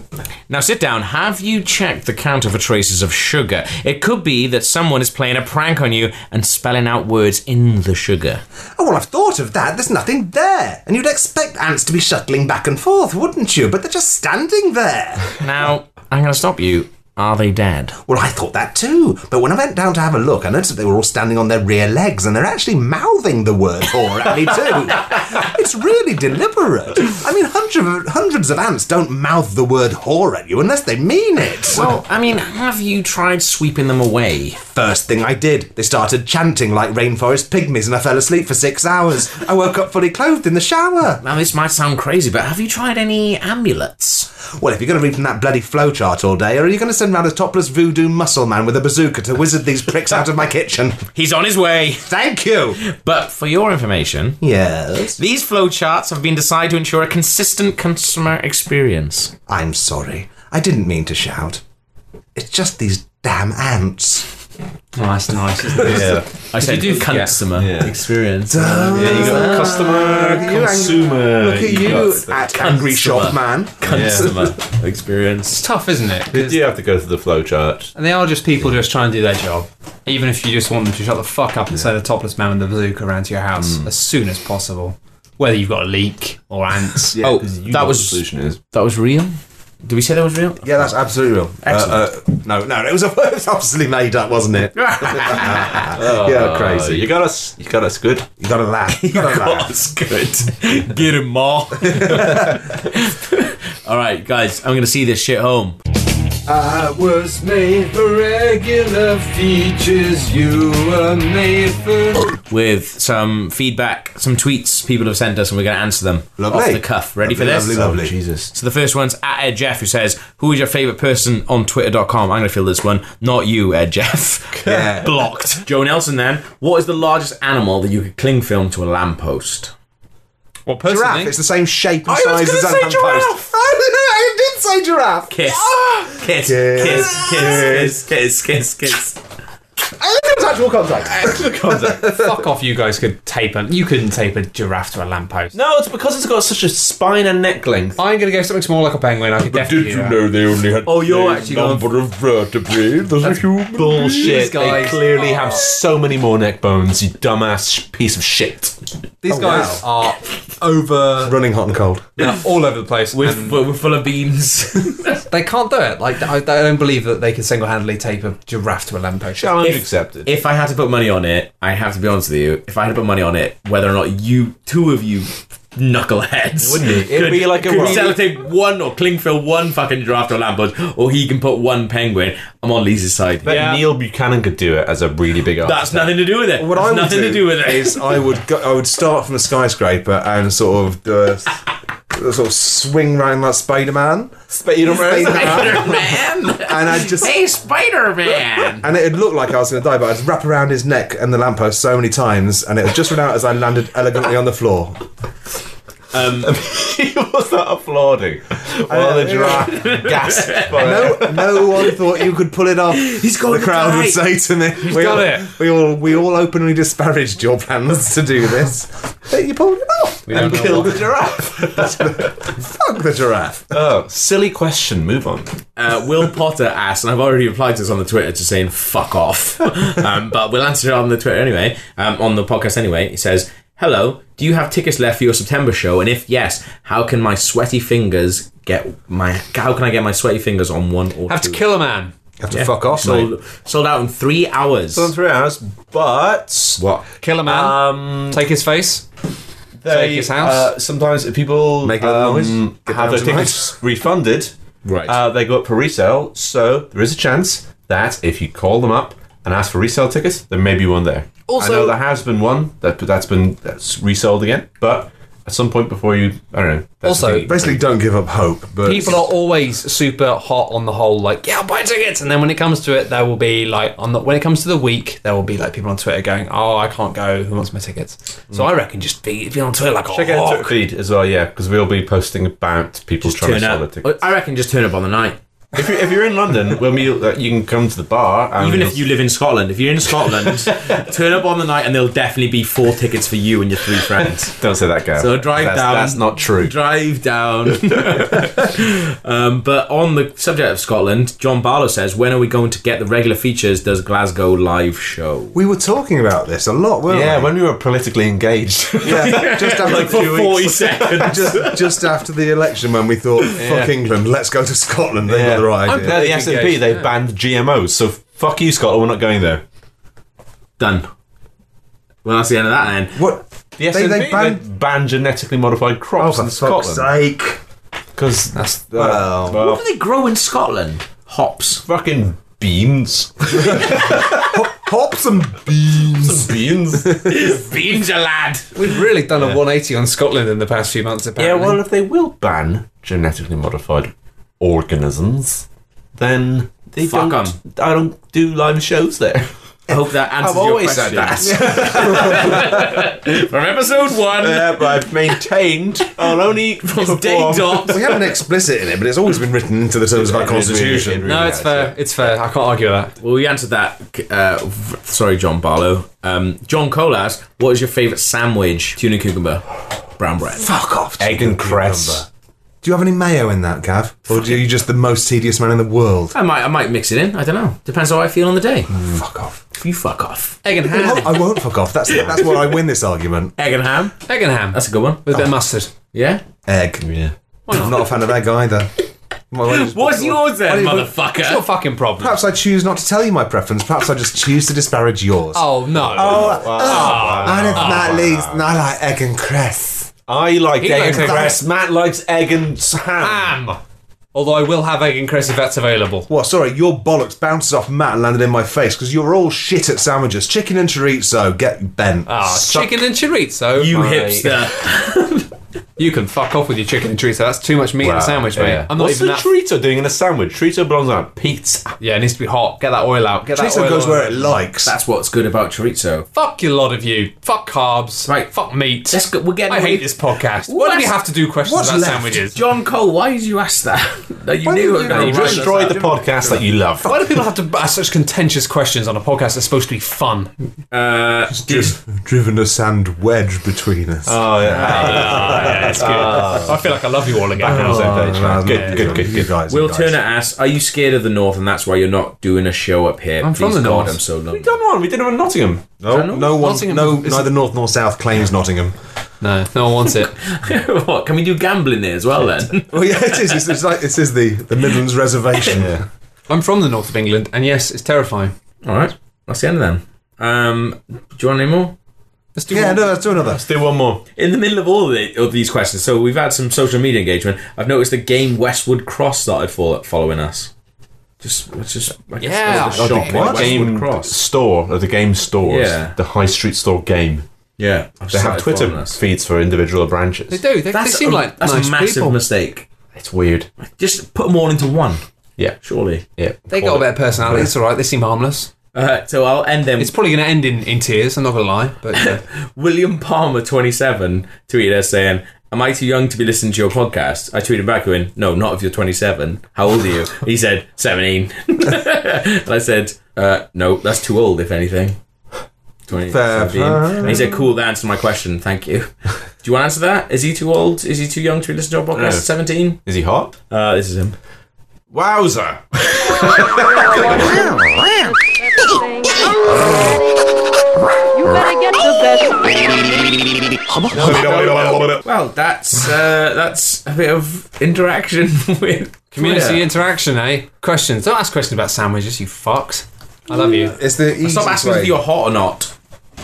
Now sit down. Have you checked the counter for traces of sugar? It could be that someone is playing a prank on you and spelling out words in the sugar. Oh, well, I've thought of that. There's nothing there. And you'd expect ants to be shuttling back and forth, wouldn't you? But they're just standing there. Now, I'm going to stop you. Are they dead? Well, I thought that too. But when I went down to have a look, I noticed that they were all standing on their rear legs and they're actually mouthing the word whore at me too. it's really deliberate. I mean, hundreds of, hundreds of ants don't mouth the word whore at you unless they mean it. Well, I mean, have you tried sweeping them away? First thing I did, they started chanting like rainforest pygmies and I fell asleep for six hours. I woke up fully clothed in the shower. Now, this might sound crazy, but have you tried any amulets? Well, if you're going to read from that bloody flowchart all day, or are you going to send round a topless voodoo muscle man with a bazooka to wizard these pricks out of my kitchen? (laughs) He's on his way! Thank you. But for your information, Yes. these flowcharts have been designed to ensure a consistent customer experience. I'm sorry. I didn't mean to shout. It's just these damn ants. Oh, that's nice, isn't it? Yeah. I said you do- customer Yeah. experience. Yeah, you got customer, you ang- consumer. Look at you, at angry consumer. shop man. (laughs) Customer experience. It's tough, isn't it? 'Cause- You have to go through the flowchart. And they are just people just trying to do their job. Even if you just want them to shut the fuck up and send a topless man with a bazooka around to your house Mm. as soon as possible. Whether you've got a leak or (laughs) ants. Oh, 'Cause you know that what was the solution is. that was real. Did we say that was real? Yeah, that's absolutely real. Excellent. no, no, it was, (laughs) it was obviously made up, wasn't it? (laughs) yeah, So crazy. Oh, you got us. You got us good. You gotta (laughs) laugh. You (laughs) gotta laugh. That's good. Get him, Ma. (laughs) All right, guys, I'm gonna see this shit home. I was made for regular features, you were made for. With some feedback, some tweets people have sent us, and we're gonna answer them Lovely. off the cuff. Ready for this? Lovely, lovely. Oh, Jesus. So the first one's at Ed Jeff who says, "Who is your favorite person on Twitter.com?" I'm gonna fill this one. Not you, Ed Jeff. (laughs) Yeah. (laughs) Blocked. Joe Nelson. Then, what is the largest animal that you could cling film to a lamppost? Well, personally. Giraffe, it's the same shape and I was size gonna as say that giraffe. post. (laughs) I did say giraffe. Kiss. Kiss. Ah! Kiss. Kiss. Kiss. Kiss. Kiss. Kiss. I think it was actual contact. Fuck off, you guys could tape a. You couldn't tape a giraffe to a lamppost. No, it's because it's got such a spine and neck length. I'm gonna go something small like a penguin. I could definitely. do that. they only had Oh, you're the same actually going- number of vertebrae? There's a human. Bullshit. They guys- clearly have so many more neck bones. You dumbass sh- piece of shit. Oh, These guys are over. Running hot and cold. they're all over the place. We're, and we're, we're full of beans. they can't do it. Like I, I don't believe that they can single-handedly tape a giraffe to a lamppost. Challenge If- accepted. if I had to put money on it, I have to be honest with you. If I had to put money on it, whether or not you, two of you, knuckleheads, Wouldn't it? It'd be like a could rock. sellotape one or cling fill one fucking draft or lamppost, or he can put one penguin. I'm on Lisa's side. Bet Neil Buchanan could do it as a really big artist. That's nothing to do with it. What I It's would nothing do to do with it. is I would go, I would start from a skyscraper and sort of do a, s- sort of swing round like Spider (laughs) Man, (laughs) Spider and (laughs) Man, I'd just hey Spider Man. and it'd look like I was going to die, but I'd wrap around his neck and the lamppost so many times, and it would just run out as I landed elegantly on the floor. What's that applauding? While the giraffe (laughs) gasped. for No, air. no one thought you could pull it off. He's going The crowd to would die. say to me, we got all, it." We all we all openly disparaged your plans to do (laughs) this, but you pulled it off and killed the giraffe. (laughs) Fuck the giraffe. Oh, silly question. Move on. Uh, Will Potter asked, and I've already replied to this on the Twitter, just saying (laughs) fuck off. um, but we'll answer it on the Twitter anyway, um, on the podcast anyway. He says, "Hello, do you have tickets left for your September show? And if yes, how can my sweaty fingers get my? How can I get my sweaty fingers on one or Have two? to kill a man. You have to fuck off, mate. Sold, sold out in three hours. Done three hours, but what? Kill a man. Um, take his face. they, his house? Uh, sometimes if people Make a um, noise, get have down their tonight. tickets refunded. Right. Uh, they go up for resale, so there is a chance that if you call them up and ask for resale tickets, there may be one there. Also- I know there has been one that that's been that's resold again, but at some point before you, I don't know. That's Also, the thing. Basically, don't give up hope. But People are always super hot on the whole, like, yeah, I'll buy tickets. And then when it comes to it, there will be like, on the, when it comes to the week, there will be like people on Twitter going, oh, I can't go. Who wants my tickets? So I reckon just be, be on Twitter like, oh, check out Twitter feed as well, yeah, because we'll be posting about people trying to Turn sell up. their tickets. I reckon just turn up on the night. If you're, if you're in London, when we, uh, you can come to the bar. And Even if you live in Scotland, if you're (laughs) in Scotland, turn up on the night and there'll definitely be four tickets for you and your three friends. don't say that, girl. So drive that's, down. That's not true. Drive (laughs) down. um, but on the subject of Scotland, John Barlow says, "When are we going to get the regular features? Does Glasgow live show?" We were talking about this a lot, weren't yeah, we? when we were (laughs) politically engaged. yeah, just after the Like for two weeks- forty seconds. just, just after the election, when we thought, "Fuck England, let's go to Scotland." They got the right I'm- idea. They're the Yeah. SNP. They banned GMOs. So fuck you, Scotland. We're not going there. Done. Well, that's the end of that then. What? The They- SNP they they banned, banned- Oh, genetically modified crops in Scotland sake! because that's Well. well, What do they grow in Scotland? Hops. fucking beans. Hops and beans. beans. Beans, a lad. We've really done a 180 on Scotland in the past few months, (laughs) yeah, apparently. well, if they will ban genetically modified organisms, then they Fuck don't. 'em. I don't do live shows there. I hope that answers I've always your said question. that. From episode one, (laughs) Yeah, but I've maintained I'll only it's day perform- dot. we haven't explicit in it, but it's always been written into the terms of our It really- constitution. it really no, it's has, fair. It's fair. I can't argue with that. (laughs) Well, we answered that. Uh, v- sorry, John Barlow. Um, John Cole asked, "What is your favourite sandwich? Tuna cucumber, brown bread." Fuck off. Egg and cress. Do you have any mayo in that, Gav? Or are you just the most tedious man in the world? I might, I might mix it in. I don't know. Depends how I feel on the day. Fuck off. You fuck off. Egg and (laughs) ham. I won't fuck off. That's that's where I win this argument. Egg and ham. Egg and ham. That's a good one. Oh. with a bit of mustard. Yeah. Egg. Yeah. I'm not a fan of egg either. My wife's- What's yours then, Why do you- It's your motherfucker? fucking problem. Perhaps I choose not to tell you my preference. Perhaps I just choose to disparage yours. Oh, no. Oh, and if Matt leaves, and I like egg and cress. I like egg likes and egg Ah. cress. Matt likes egg and s- ham. ham. Although I will have egg and cress if that's available. Well, sorry, your bollocks bounces off Matt and landed in my face because you're all shit at sandwiches. Chicken and chorizo, get bent. Ah, Suck- chicken and chorizo. You My- hipster. You can fuck off with your chicken and chorizo. That's too much meat in a sandwich, mate. I'm not Ah, What's even the that. Trito doing in a sandwich? Trito belongs on a pizza. yeah, it needs to be hot. Get that oil out. Get that Chorizo oil goes out. where it likes. (laughs) That's what's good about chorizo. Fuck you, lot of you. Fuck carbs. Right. Fuck meat. Let's go- we're getting I away- hate this podcast. Why do we What's- have to do questions what's about left? sandwiches? John Cole, why did you ask that? (laughs) No, you knew you it was do going that? to Right. Destroy the podcast that you love. Why do people have to ask such contentious questions on a podcast that's supposed to be fun? Uh, Just driven a sand wedge between us. Oh yeah. That's good. I feel like I love you all again. now. Same page, Yeah, man. Good, good, good, Um, you good. Guys, Will you guys. Turner asks, "Are you scared of the North, and that's why you're not doing a show up here?" I'm from Please the God, North. I'm so lonely. We done one. We did it in Nottingham. No, no one, Nottingham no, is- neither North nor South claims Nottingham. No, no one wants it. what can we do gambling there as well then? Well, yeah, it is. It's, it's like this is the, the (laughs) Midlands Reservation. I'm from the north of England, and yes, it's terrifying. (laughs) All right, that's the end of them. Um, do you want any more? Let's do Yeah, one. no, let's do another. Let's do one more. In the middle of all the, of these questions, so we've had some social media engagement. I've noticed the game Westwood Cross started follow, following us. Just, it's just I guess Yeah, Oh, that was the I shop think name, Oh, The game Westwood Cross. store, or the game stores, Yeah. the high street store game. Yeah, They have Twitter feeds for individual branches. They do. They, they That's seem a, like that's nice a massive people. mistake. It's weird. Just put them all into one. Yeah, Surely. yeah. They got a bit of personality. It's all right. They seem harmless. Uh, so I'll end them. It's probably going to end in, in tears. I'm not going to lie, but uh, William Palmer, 27, tweeted us saying, Am I too young to be listening to your podcast? I tweeted back going, No, not if you're 27. How old are (laughs) you? he said, 17. (laughs) and I said, uh, No, that's too old, if anything. 20, Fair 17. And he said, Cool, that answered my question. Thank you. (laughs) Do you want to answer that? Is he too old? Is he too young to be listening to your podcast? No. 17? Is he hot? Uh, this is him. (laughs) Wowzer! You better get the best. Well, that's uh, that's a bit of interaction (laughs) with community Twitter. interaction, eh? Questions. Don't ask questions about sandwiches, you fucks. I love you. It's the easiest Stop asking us way. if you're hot or not.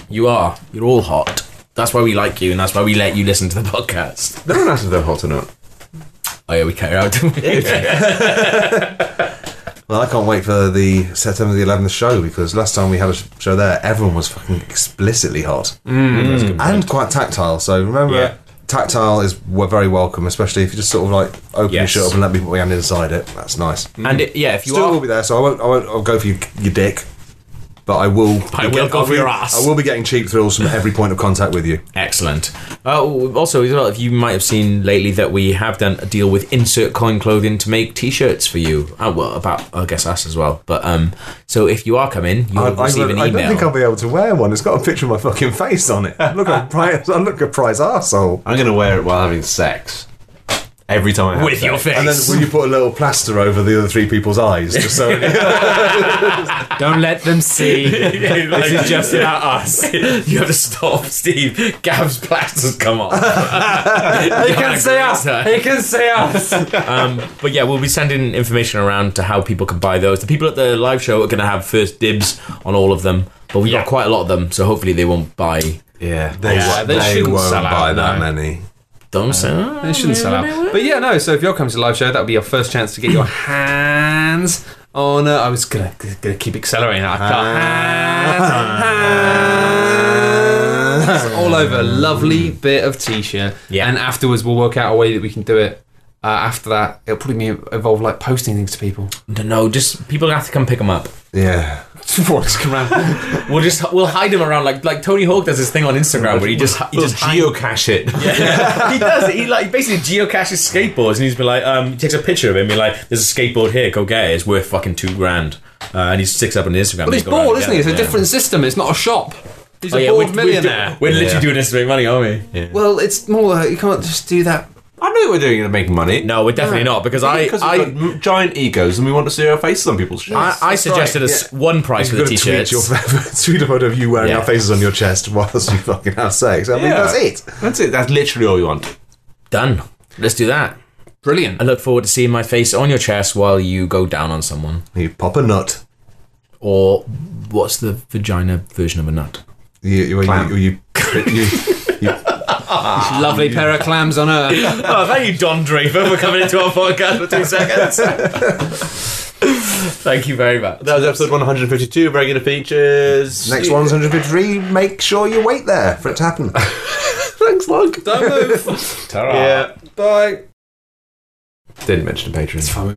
You are. You're all hot. That's why we like you, and that's why we let you listen to the (laughs) (clears throat) podcast. No one asks if they're hot or not. Oh yeah, we carry out. don't we? Well, I can't wait for the September the 11th show because last time we had a sh- show there, everyone was fucking explicitly hot and quite tactile. So remember, Mm. Yeah. tactile is w- very welcome, especially if you just sort of like open Yes. your shirt up and let me put my hand inside it. That's nice. (laughs) and it, yeah, if you Still are, will be there, so I won't. I won't I'll go for your, your dick. but I will. I will go for be, your ass. I will be getting cheap thrills from every point of contact with you. Excellent. Uh, also, as well, if you might have seen lately that we have done a deal with Insert Coin Clothing to make T-shirts for you. Uh, well, about I guess us as well. But um, so if you are coming, you'll I, I, receive an I don't email. think I'll be able to wear one. It's got a picture of my fucking face on it. I look (laughs) at prize. I look at prize arsehole. I'm gonna wear it while having sex. Every time I have with sex. your face. And then will you put a little plaster over the other three people's eyes? Just so Don't let them (laughs) (laughs) see. this is (laughs) just about us. You have to stop, Steve. Gav's plasters (laughs) come off. they can see us. They can see us. Um, but yeah, we'll be sending information around to how people can buy those. The people at the live show are going to have first dibs on all of them, but we've Yeah. got quite a lot of them, so hopefully they won't buy. yeah, they, Yeah, they they shouldn't won't sell out, buy that no. many. Don't say. Uh, It shouldn't sell out. But yeah, no. So if you're coming to the live show, that'll be your first chance to get your hands on. Uh, I was gonna gonna keep accelerating. that. I can't. Hands, hands, all over a lovely bit of t-shirt. Yeah. And afterwards, we'll work out a way that we can do it. Uh, after that, it'll probably be involve like posting things to (laughs) people. No, just people have to come pick them up. Yeah, Forks come (laughs) around. We'll just we'll hide them around like like Tony Hawk does this thing on Instagram where he just he We'll just hide- (laughs) geocache it. he does. He like basically geocaches skateboards, and he's been like, um, he takes a picture of him. Be like, "There's a skateboard here. Go get it. It's worth fucking two grand." Uh, and he sticks it up on Instagram. But he's bored, isn't he? It's a different system. It's not a shop. He's a bored millionaire. Oh, We're, literally doing this to make money, aren't we? well, it's more. Like, you can't just do that. I know we're doing it to make money. No, we're definitely not because I because we've I. got m- giant egos and we want to see our faces on people's shirts. I, I suggested a s one price for You've the got to tweet, t-shirts. (laughs) your, tweet a photo of you wearing Yeah. our faces on your chest whilst you fucking have sex. I mean, Yeah. that's it. That's it. That's literally all we want. Done. Let's do that. Brilliant. I look forward to seeing my face on your chest while you go down on someone. You pop a nut. Or what's the vagina version of a nut? You you you, you, you, (laughs) you Lovely pair of clams on (laughs) earth. Oh, thank you, Don Draper, for coming into our podcast for two seconds. thank you very much. That was episode 152 of Regular Features. Next one's 153. Make sure you wait there for it to happen. (laughs) Thanks, Log. Don't move. Yeah. Bye. Didn't mention Patreon.